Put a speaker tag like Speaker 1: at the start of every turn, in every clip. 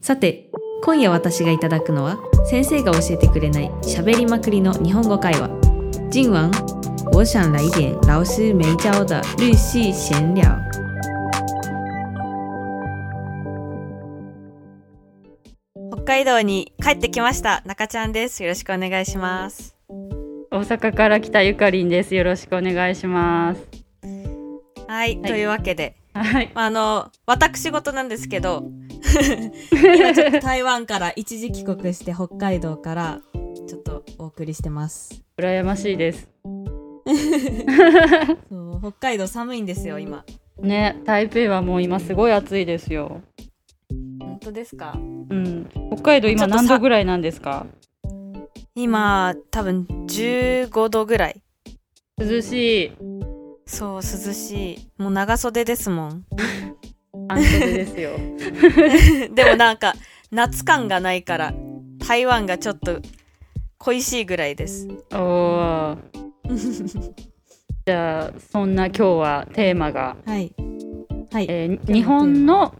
Speaker 1: さて今夜私がいただくのは先生が教えてくれない喋りまくりの日本語会話今晚我想来点老师没教的日系闲聊
Speaker 2: 北海道に帰ってきました中ちゃんですよろしくお願いします
Speaker 3: 大阪から来たゆかりんです。よろしくお願いします。
Speaker 2: はい、
Speaker 3: はい
Speaker 2: というわけで
Speaker 3: はい。
Speaker 2: あの私事なんですけど 今ちょっと台湾から一時帰国して北海道からちょっとお送りしてます
Speaker 3: 羨ましいです。
Speaker 2: そう北海道寒いんですよ今
Speaker 3: ね、台北はもう今すごい暑いですよ。
Speaker 2: 本当ですか
Speaker 3: うん。北海道
Speaker 2: ちょ
Speaker 3: 今
Speaker 2: っとさ
Speaker 3: 何度ぐらいなんですか
Speaker 2: 今多分15度ぐらい
Speaker 3: 涼しい。
Speaker 2: そう涼しいもう長袖ですもん
Speaker 3: 半袖ですよ。
Speaker 2: でもなんか夏感がないから台湾がちょっと恋しいぐらいです
Speaker 3: おー。じゃあ、そんな今日はテーマが、
Speaker 2: はいはい
Speaker 3: えー日本の、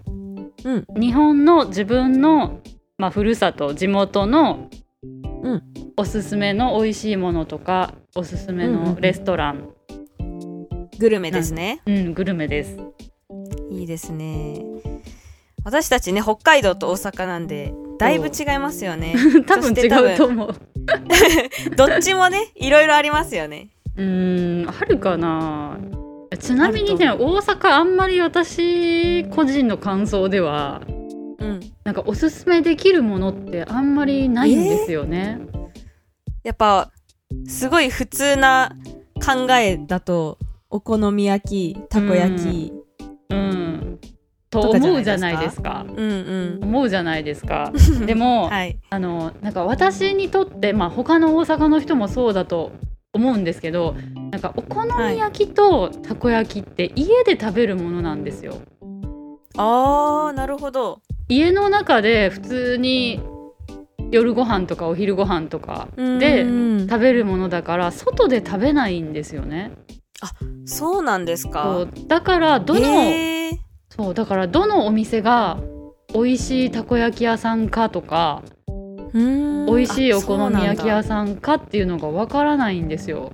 Speaker 2: うん
Speaker 3: 日本の自分の、まあ、ふるさと、地元の、
Speaker 2: うん
Speaker 3: おすすめの美味しいものとか、おすすめ
Speaker 2: うんうん
Speaker 3: の
Speaker 2: うん
Speaker 3: レストラン、
Speaker 2: グルメですね。
Speaker 3: うん、グルメです。
Speaker 2: いいですね。私たちね、北海道と大阪なんで、だいぶ違いますよ ね。
Speaker 3: 多
Speaker 2: そし
Speaker 3: 分
Speaker 2: て
Speaker 3: 違うと思う。
Speaker 2: どっちもね、いろいろありますよね。
Speaker 3: うーん、あるかな。ちなみにね、
Speaker 2: ある
Speaker 3: 大阪あんまり私個人の感想では、
Speaker 2: うん。
Speaker 3: なんかおすすめできるものってあんまりないんですよね。
Speaker 2: やっぱ、すごい普通な考えだと、お好み焼き、たこ焼き、
Speaker 3: うん。と
Speaker 2: とかじゃないですか
Speaker 3: 思うじゃないですか。
Speaker 2: うんうん。
Speaker 3: 思うじゃないです か。でも、
Speaker 2: はい。
Speaker 3: あの、なんか私にとって、まあ他の大阪の人もそうだと思うんですけど、なんかお好み焼きとたこ焼きって家で食べるものなんですよ。
Speaker 2: あー、なるほど。
Speaker 3: 家の中で普通に夜ご飯とかお昼ご飯とか
Speaker 2: うん
Speaker 3: で
Speaker 2: うん
Speaker 3: 食べるものだから外で食べないんですよね。
Speaker 2: そうなんです
Speaker 3: そ
Speaker 2: か。
Speaker 3: うだからどの
Speaker 2: へー
Speaker 3: そうだからどのお店が美味しいたこ焼き屋さんかとか
Speaker 2: うん
Speaker 3: 美味しいお
Speaker 2: あそうな
Speaker 3: 好
Speaker 2: ん
Speaker 3: み
Speaker 2: だ
Speaker 3: 焼き屋さんかっていうのがわからないんですよ。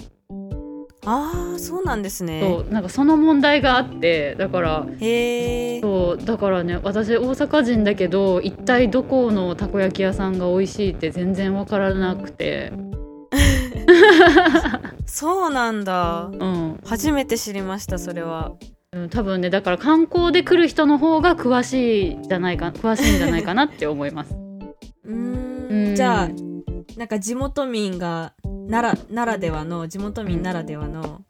Speaker 2: あー、そうなんですね。
Speaker 3: そうなんかその問題があってだから
Speaker 2: へえ。
Speaker 3: そうだからね私大阪人だけど一体どこのたこ焼き屋さんが美味しいって全然わからなくて。
Speaker 2: そうなんだ。
Speaker 3: うん、
Speaker 2: 初めて知りましたそれは
Speaker 3: うん、多分ねだから観光で来る人の方が詳しいじゃないか詳しいんじゃないかなって思います。
Speaker 2: うー
Speaker 3: うんん
Speaker 2: じゃあなんか地元民がならならではの地元民ならではの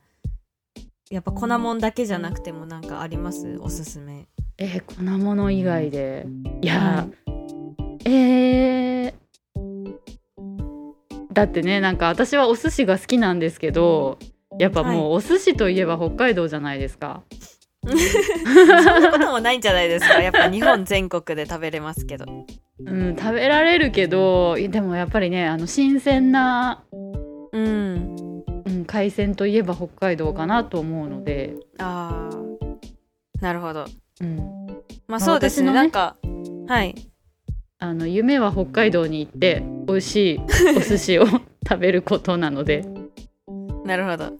Speaker 2: やっぱ粉もんだけじゃなくてもなんかありますおすすめ
Speaker 3: えー、粉物以外でい
Speaker 2: は
Speaker 3: や
Speaker 2: い
Speaker 3: ー、えーだってねなんか私はお寿司が好きなんですけどやっぱもうお寿司といえば北海道じゃないですか。
Speaker 2: そんなこともないんじゃないですかやっぱ日本全国で食べれますけど
Speaker 3: うん、食べられるけどでもやっぱりねあの新鮮な、
Speaker 2: うん
Speaker 3: うん、海鮮といえば北海道かなと思うので。
Speaker 2: あーなるほど
Speaker 3: うん
Speaker 2: まあ
Speaker 3: あ
Speaker 2: そうですね
Speaker 3: 私のね
Speaker 2: なんかはい
Speaker 3: あの夢は北海道に行って美味し いお寿司を食べることなので
Speaker 2: なるほど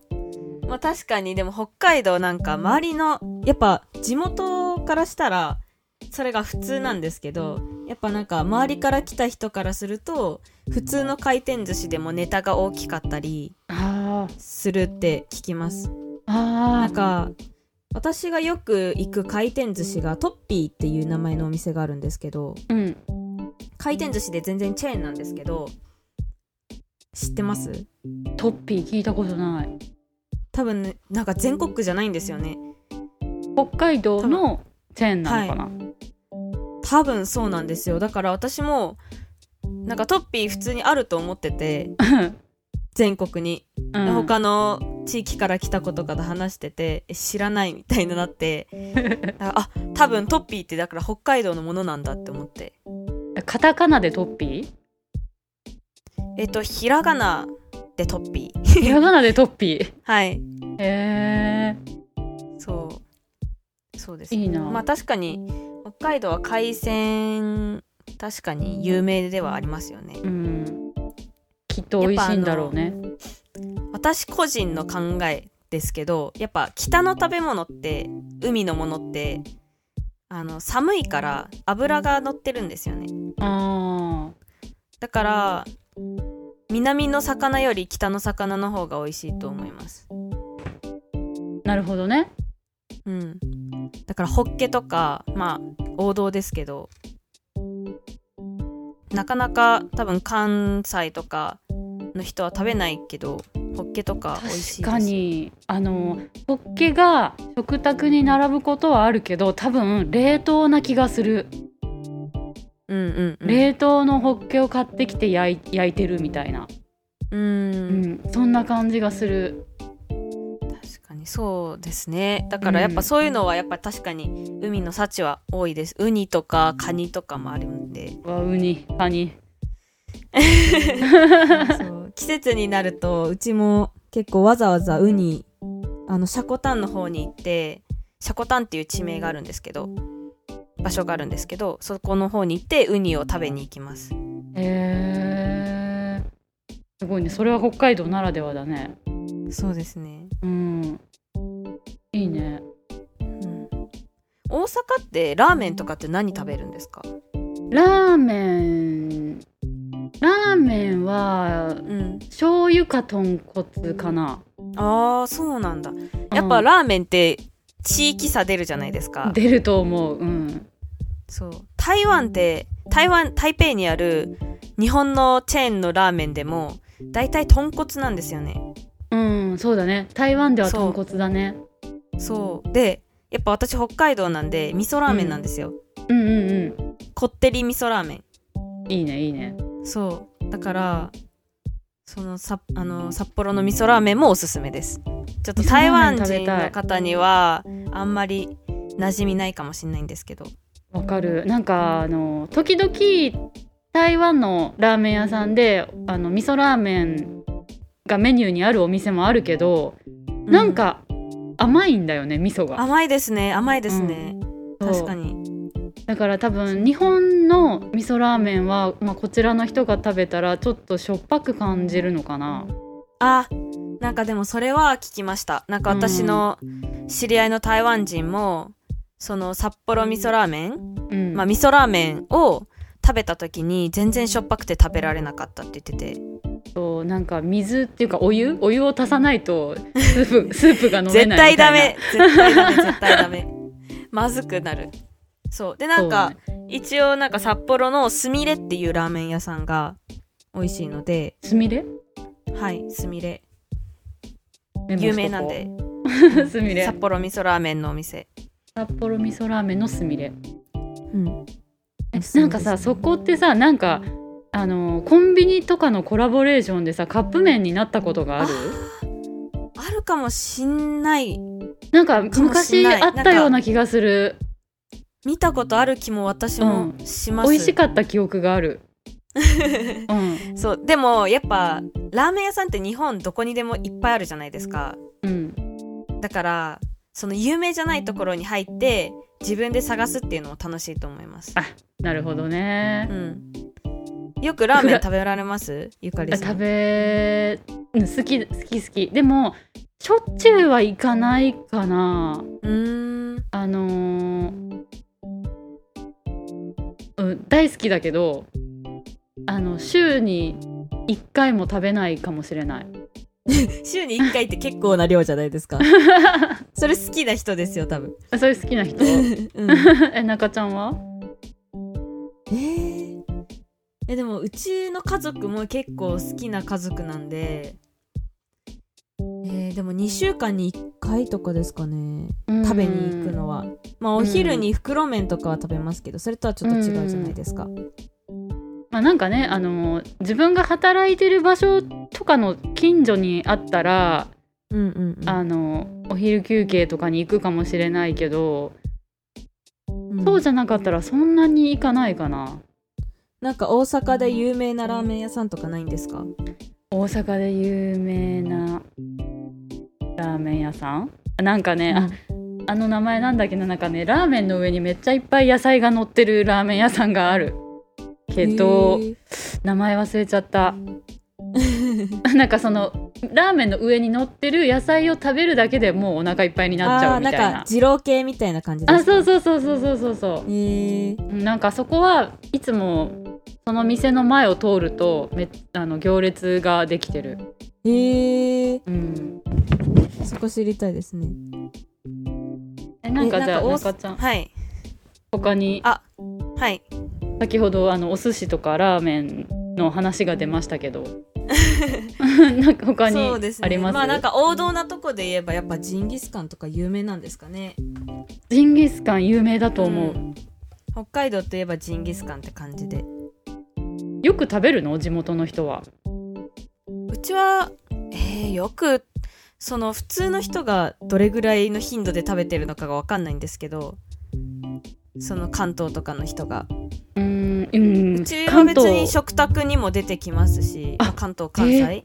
Speaker 2: まあ確かにでも北海道なんか周りのやっぱ地元からしたらそれが普通なんですけどやっぱなんか周りから来た人からすると普通の回転寿司でもネタが大きかったり
Speaker 3: あー
Speaker 2: するって聞きますな
Speaker 3: あ
Speaker 2: んか私がよく行く回転寿司がトッピーっていう名前のお店があるんですけど
Speaker 3: ーうん
Speaker 2: 回転寿司で全然チェーンなんですけど知ってます
Speaker 3: トッピー聞いたことない
Speaker 2: 多分ねなんか全国区じゃないんですよね
Speaker 3: 北海道のチェーンなのかな、
Speaker 2: 多分そうなんですよだから私もなんかトッピー普通にあると思ってて全国に、
Speaker 3: う
Speaker 2: で
Speaker 3: ん、
Speaker 2: 他の地域から来た子とかと話しててえ知らないみたいになってあ多分トッピーってだから北海道のものなんだって思って
Speaker 3: カタカナでトッピ
Speaker 2: えっとひらがなでトッピ
Speaker 3: ー
Speaker 2: ー
Speaker 3: ひらがなでトッピ ー
Speaker 2: はい
Speaker 3: へ
Speaker 2: そうそうです
Speaker 3: えいいな、
Speaker 2: まあ確かに北海道は海鮮確かに有名ではありますよね
Speaker 3: うん、きっと美味しいんだろうね。
Speaker 2: 私個人の考えですけどやっぱ北の食べ物って海のものってあの寒いから油が乗ってるんですよね
Speaker 3: あ
Speaker 2: だから南の魚より北の魚の方が美味しいと思います
Speaker 3: ーなるほどね。
Speaker 2: うんだからホッケとかまあ王道ですけどなかなか多分関西とかの人は食べないけどホッケとか美味しいです
Speaker 3: 確かにあのホッケが食卓に並ぶことはあるけど多分冷凍な気がする、
Speaker 2: うんうんうん
Speaker 3: 冷凍のホッケを買ってきて焼い焼いてるみたいな、
Speaker 2: うん
Speaker 3: うん、そんな感じがする
Speaker 2: 確かにそうですねだからやっぱそういうのはやっぱ確かに海の幸は多いですウニとかカニとかもあるんで
Speaker 3: うわウニカニ
Speaker 2: そう季節になるとうちも結構わざわざウニあのシャコタンの方に行ってシャコタンっていう地名があるんですけど場所があるんですけどそこの方に行ってウニを食べに行きます
Speaker 3: へえすごいねそれは北海道ならではだね
Speaker 2: そうですね、
Speaker 3: うんいいね
Speaker 2: うん、大阪ってラーメンとかって何食べるんですか
Speaker 3: ラーメンラーメンは
Speaker 2: うん
Speaker 3: 醤油か豚骨かな
Speaker 2: ああそうなんだやっ
Speaker 3: う
Speaker 2: ぱ
Speaker 3: ん
Speaker 2: ラーメンって地域差出るじゃないですか。
Speaker 3: 出ると思ううん
Speaker 2: そう。台湾って、台湾、台北にある日本のチェーンのラーメンでも、大体豚骨なんですよね。
Speaker 3: うんそうだね台湾では
Speaker 2: そ
Speaker 3: 豚
Speaker 2: う
Speaker 3: 骨だね
Speaker 2: そう。で、やっぱ私北海道なんで、味噌ラーメンなんですよ。
Speaker 3: うんうんう
Speaker 2: こってり味噌ラーメ
Speaker 3: んいいねいいね
Speaker 2: ン。そう。だから、そのさあの札幌の味噌ラーメンもおすすめです。ちょっと
Speaker 3: 味噌ラ
Speaker 2: 台
Speaker 3: ーメ
Speaker 2: 湾
Speaker 3: ン食べたい
Speaker 2: 人の方にはあんまり馴染みないかもしれないんですけど。
Speaker 3: わかるなんかあの時々台湾のラーメン屋さんであの味噌ラーメンがメニューにあるお店もあるけど、
Speaker 2: う
Speaker 3: なんか甘いんだよね味噌が
Speaker 2: 甘いですね甘いですね、
Speaker 3: そう
Speaker 2: 確かに
Speaker 3: だから多分日本の味噌ラーメンは、まあ、こちらの人が食べたらちょっとしょっぱく感じるのかな
Speaker 2: あなんかでもそれは聞きましたなんか私の知り合いの台湾人もその札幌味噌ラーメン、
Speaker 3: うん、
Speaker 2: まあ味噌ラーメンを食べた時に全然しょっぱくて食べられなかったって言ってて
Speaker 3: そうなんか水っていうかお湯お湯を足さないとスープスープが飲め
Speaker 2: 絶
Speaker 3: ない
Speaker 2: 対
Speaker 3: みた
Speaker 2: ダメ絶
Speaker 3: いな
Speaker 2: 対ダメ絶対ダメまずくなるそうでなんか、
Speaker 3: そうね
Speaker 2: 一応なんか札幌のすみれっていうラーメン屋さんが美味しいのです
Speaker 3: みれ
Speaker 2: はいすみれ有名なんで
Speaker 3: すみれ
Speaker 2: 札幌味噌ラーメンのお店
Speaker 3: 札幌味噌ラーメンのすみれ
Speaker 2: うん、
Speaker 3: えなんかさそこってさなんかあのコンビニとかのコラボレーションでさカップ麺になったことがある
Speaker 2: あるかもしんない
Speaker 3: なんか
Speaker 2: かもしん
Speaker 3: 昔
Speaker 2: ない
Speaker 3: あったような気がする
Speaker 2: 見たことある気も私もします、
Speaker 3: 美味しかった記憶があるうん
Speaker 2: そうでもやっぱラーメン屋さんって日本どこにでもいっぱいあるじゃないですか
Speaker 3: うん
Speaker 2: だからその有名じゃないところに入って自分で探すっていうのも楽しいと思います
Speaker 3: あなるほどね
Speaker 2: う、んよくラーメン食べられますゆかり
Speaker 3: あ
Speaker 2: さん
Speaker 3: 食べうん好き好き好きでもしょっちゅうはいかないかな
Speaker 2: うーん
Speaker 3: あのーうん、大好きだけどあの週に1回も食べないかもし れない
Speaker 2: 週に1回って結構な量じゃないです かそれ好きな人ですよ多分、
Speaker 3: そういう好きな人
Speaker 2: うん、
Speaker 3: え中ちゃんは
Speaker 2: えーえでもうちの家族も結構好きな家族なんで、えーでも2週間に1回とかですかね食べに行くのはまあお昼に袋麺とかは食べますけどそれとはちょっと違うじゃないですか
Speaker 3: まあ、なんかね、あのー自分が働いてる場所とかの近所にあったら、
Speaker 2: うんうんうん
Speaker 3: あのーお昼休憩とかに行くかもしれないけど、
Speaker 2: うん
Speaker 3: そうじゃなかったらそんなに行かないかな
Speaker 2: なんか大阪で有名なラーメン屋さんとかないんですか
Speaker 3: 大阪で有名なラーメン屋さんなんかね、ああの名前なんだっけななんかねラーメンの上にめっちゃいっぱい野菜が乗ってるラーメン屋さんがあるけど
Speaker 2: へー
Speaker 3: 名前忘れちゃった なんかそのラーメンの上に乗ってる野菜を食べるだけでもうお腹いっぱいになっちゃ
Speaker 2: あ
Speaker 3: う
Speaker 2: ー
Speaker 3: み
Speaker 2: な
Speaker 3: た
Speaker 2: いん
Speaker 3: な
Speaker 2: か二郎系みたいな感じです
Speaker 3: あ
Speaker 2: か
Speaker 3: そうそうそうそうそうそうそう
Speaker 2: うへえ
Speaker 3: なんかそこはいつもその店の前を通るとめあの行列ができてる、
Speaker 2: へえ
Speaker 3: うん、
Speaker 2: そこ知りたいですね
Speaker 3: えなんかじゃあ
Speaker 2: えなんか
Speaker 3: 中ちゃん
Speaker 2: はい
Speaker 3: 他に
Speaker 2: あはい
Speaker 3: 先ほどあのお寿司とかラーメンの話が出ました けどなんか他に
Speaker 2: そうですね
Speaker 3: あります
Speaker 2: あなんか王道なとこで言えばやっぱジンギスカンとか有名なんですかね
Speaker 3: ジンギスカン有名だと思う、
Speaker 2: 北海道といえばジンギスカンって感じで
Speaker 3: よく食べるの地元の人は
Speaker 2: うちは、えーよくその普通の人がどれぐらいの頻度で食べてるのかがわかんないんですけどその関東とかの人が
Speaker 3: うーんうん
Speaker 2: うちは
Speaker 3: 関
Speaker 2: 別に
Speaker 3: 東
Speaker 2: 食卓にも出てきますし
Speaker 3: あ
Speaker 2: 関東関西、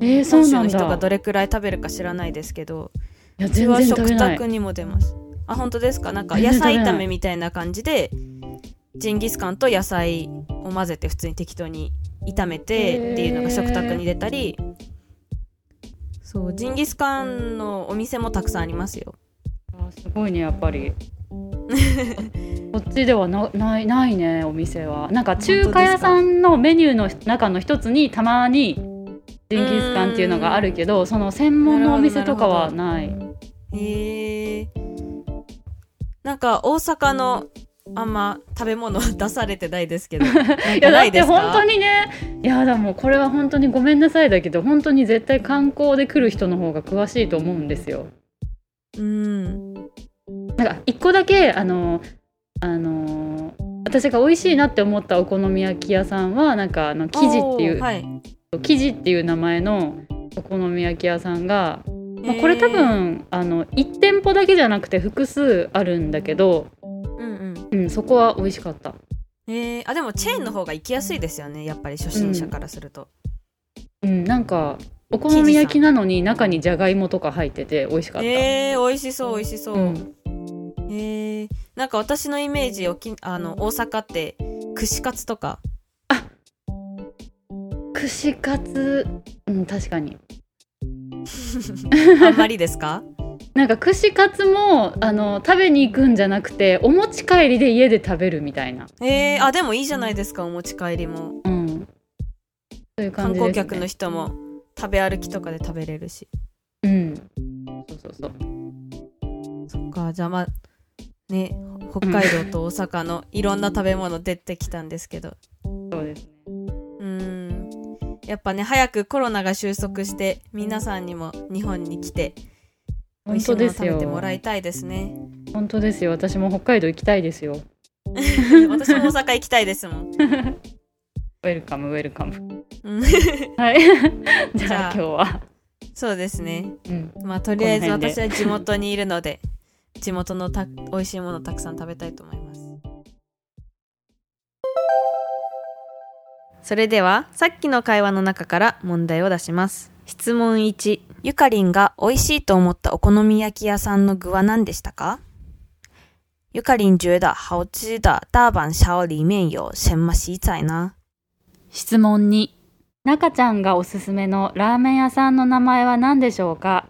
Speaker 3: えー、そ
Speaker 2: 本
Speaker 3: う
Speaker 2: 州
Speaker 3: な
Speaker 2: の
Speaker 3: ん
Speaker 2: 人が
Speaker 3: だ
Speaker 2: どれくらい食べるか知らないですけど
Speaker 3: いや
Speaker 2: うち
Speaker 3: 全
Speaker 2: は
Speaker 3: 然食べ
Speaker 2: 食
Speaker 3: ない
Speaker 2: 卓にも出ますあ本当ですかなんか野
Speaker 3: 全然食べ
Speaker 2: 菜
Speaker 3: ない
Speaker 2: 炒めみたいな感じでジンギスカンと野菜を混ぜて普通に適当に炒めてっていうのが食卓に出たりそうジンギスカンのお店もたくさんありますよ
Speaker 3: あすごいねやっぱり こっちではなないないねお店はなんか中華屋さんのメニューの中の一つにたまにジンギスカンっていうのがあるけどその専門のお店とかはない
Speaker 2: へえなんか大阪のあんま食べ物出されてないですけどい
Speaker 3: いやだって本当にねいやだもうこれは本当にごめんなさいだけど本当に絶対観光で来る人の方が詳しいと思うんですよ
Speaker 2: うん
Speaker 3: なんか一個だけあのあの私が美味しいなって思ったお好み焼き屋さんはなんかあの生地っていう
Speaker 2: おーはい
Speaker 3: 生地っていう名前のお好み焼き屋さんが、まあ、これ多分あの1店舗だけじゃなくて複数あるんだけど、
Speaker 2: うんうん
Speaker 3: うん、そこは美味しかった
Speaker 2: えー、あでもチェーンの方が行きやすいですよねやっぱり初心者からすると、
Speaker 3: うんなんかお好み焼きなのに中にじゃがいもとか入ってて美味しかった、
Speaker 2: えー、美味しそう美味しそう、
Speaker 3: うん
Speaker 2: えー、なんか私のイメージおきあの大阪って串カツと か
Speaker 3: 串カツうん確かに
Speaker 2: あんまりですか
Speaker 3: なんか串カツもあの食べに行くんじゃなくてお持ち帰りで家で食べるみたいな、
Speaker 2: えー、あでもいいじゃないですかお持ち帰りも
Speaker 3: うん、そういう
Speaker 2: 観
Speaker 3: 感じで
Speaker 2: 光
Speaker 3: す、ね、
Speaker 2: 客の人も食べ歩きとかで食べれるし
Speaker 3: うんそうそうそう
Speaker 2: そっかじゃあまあね北海道と大阪のいろんな食べ物出てきたんですけど
Speaker 3: そうですね
Speaker 2: うーんやっぱね早くコロナが収束して皆さんにも日本に来て美
Speaker 3: 本
Speaker 2: 味しい
Speaker 3: 当
Speaker 2: もの
Speaker 3: で
Speaker 2: を食
Speaker 3: す
Speaker 2: べ
Speaker 3: よ
Speaker 2: てもらいたいですね
Speaker 3: 本当ですよ私も北海道行きたいですよ
Speaker 2: 私も大阪行きたいですもん、
Speaker 3: ウェルカムウェルカム
Speaker 2: うん
Speaker 3: はい じ
Speaker 2: じゃ
Speaker 3: ゃあ
Speaker 2: あ
Speaker 3: 今日は、
Speaker 2: そうですね
Speaker 3: うん、
Speaker 2: まあとりあえず
Speaker 3: この辺
Speaker 2: 私
Speaker 3: で
Speaker 2: は地元にいるので地元のた美味しいものたくさん食べたいと思いますそれではさっきの会話の中から問題を出します質問1ゆかりんが美味しいと思ったお好み焼き屋さんの具は何でしたかゆかりん觉得好吃的大阪烧里面有什么食材呢
Speaker 3: 質問2中ちゃんがおすすめのラーメン屋さんの名前は何でしょうか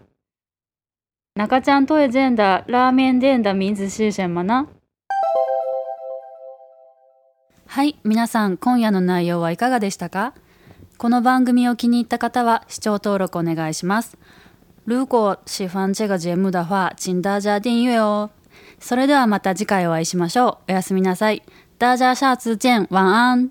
Speaker 3: 中ちゃんとえジェンダラーメンデンダ名字シーシェンマナはい皆さん今夜の内容はいかがでしたかこの番組を気に入った方は視聴登録お願いします如果喜欢这个节目的话请大家订阅哦それではまた次回お会いしましょうおやすみなさい大家下次见晚安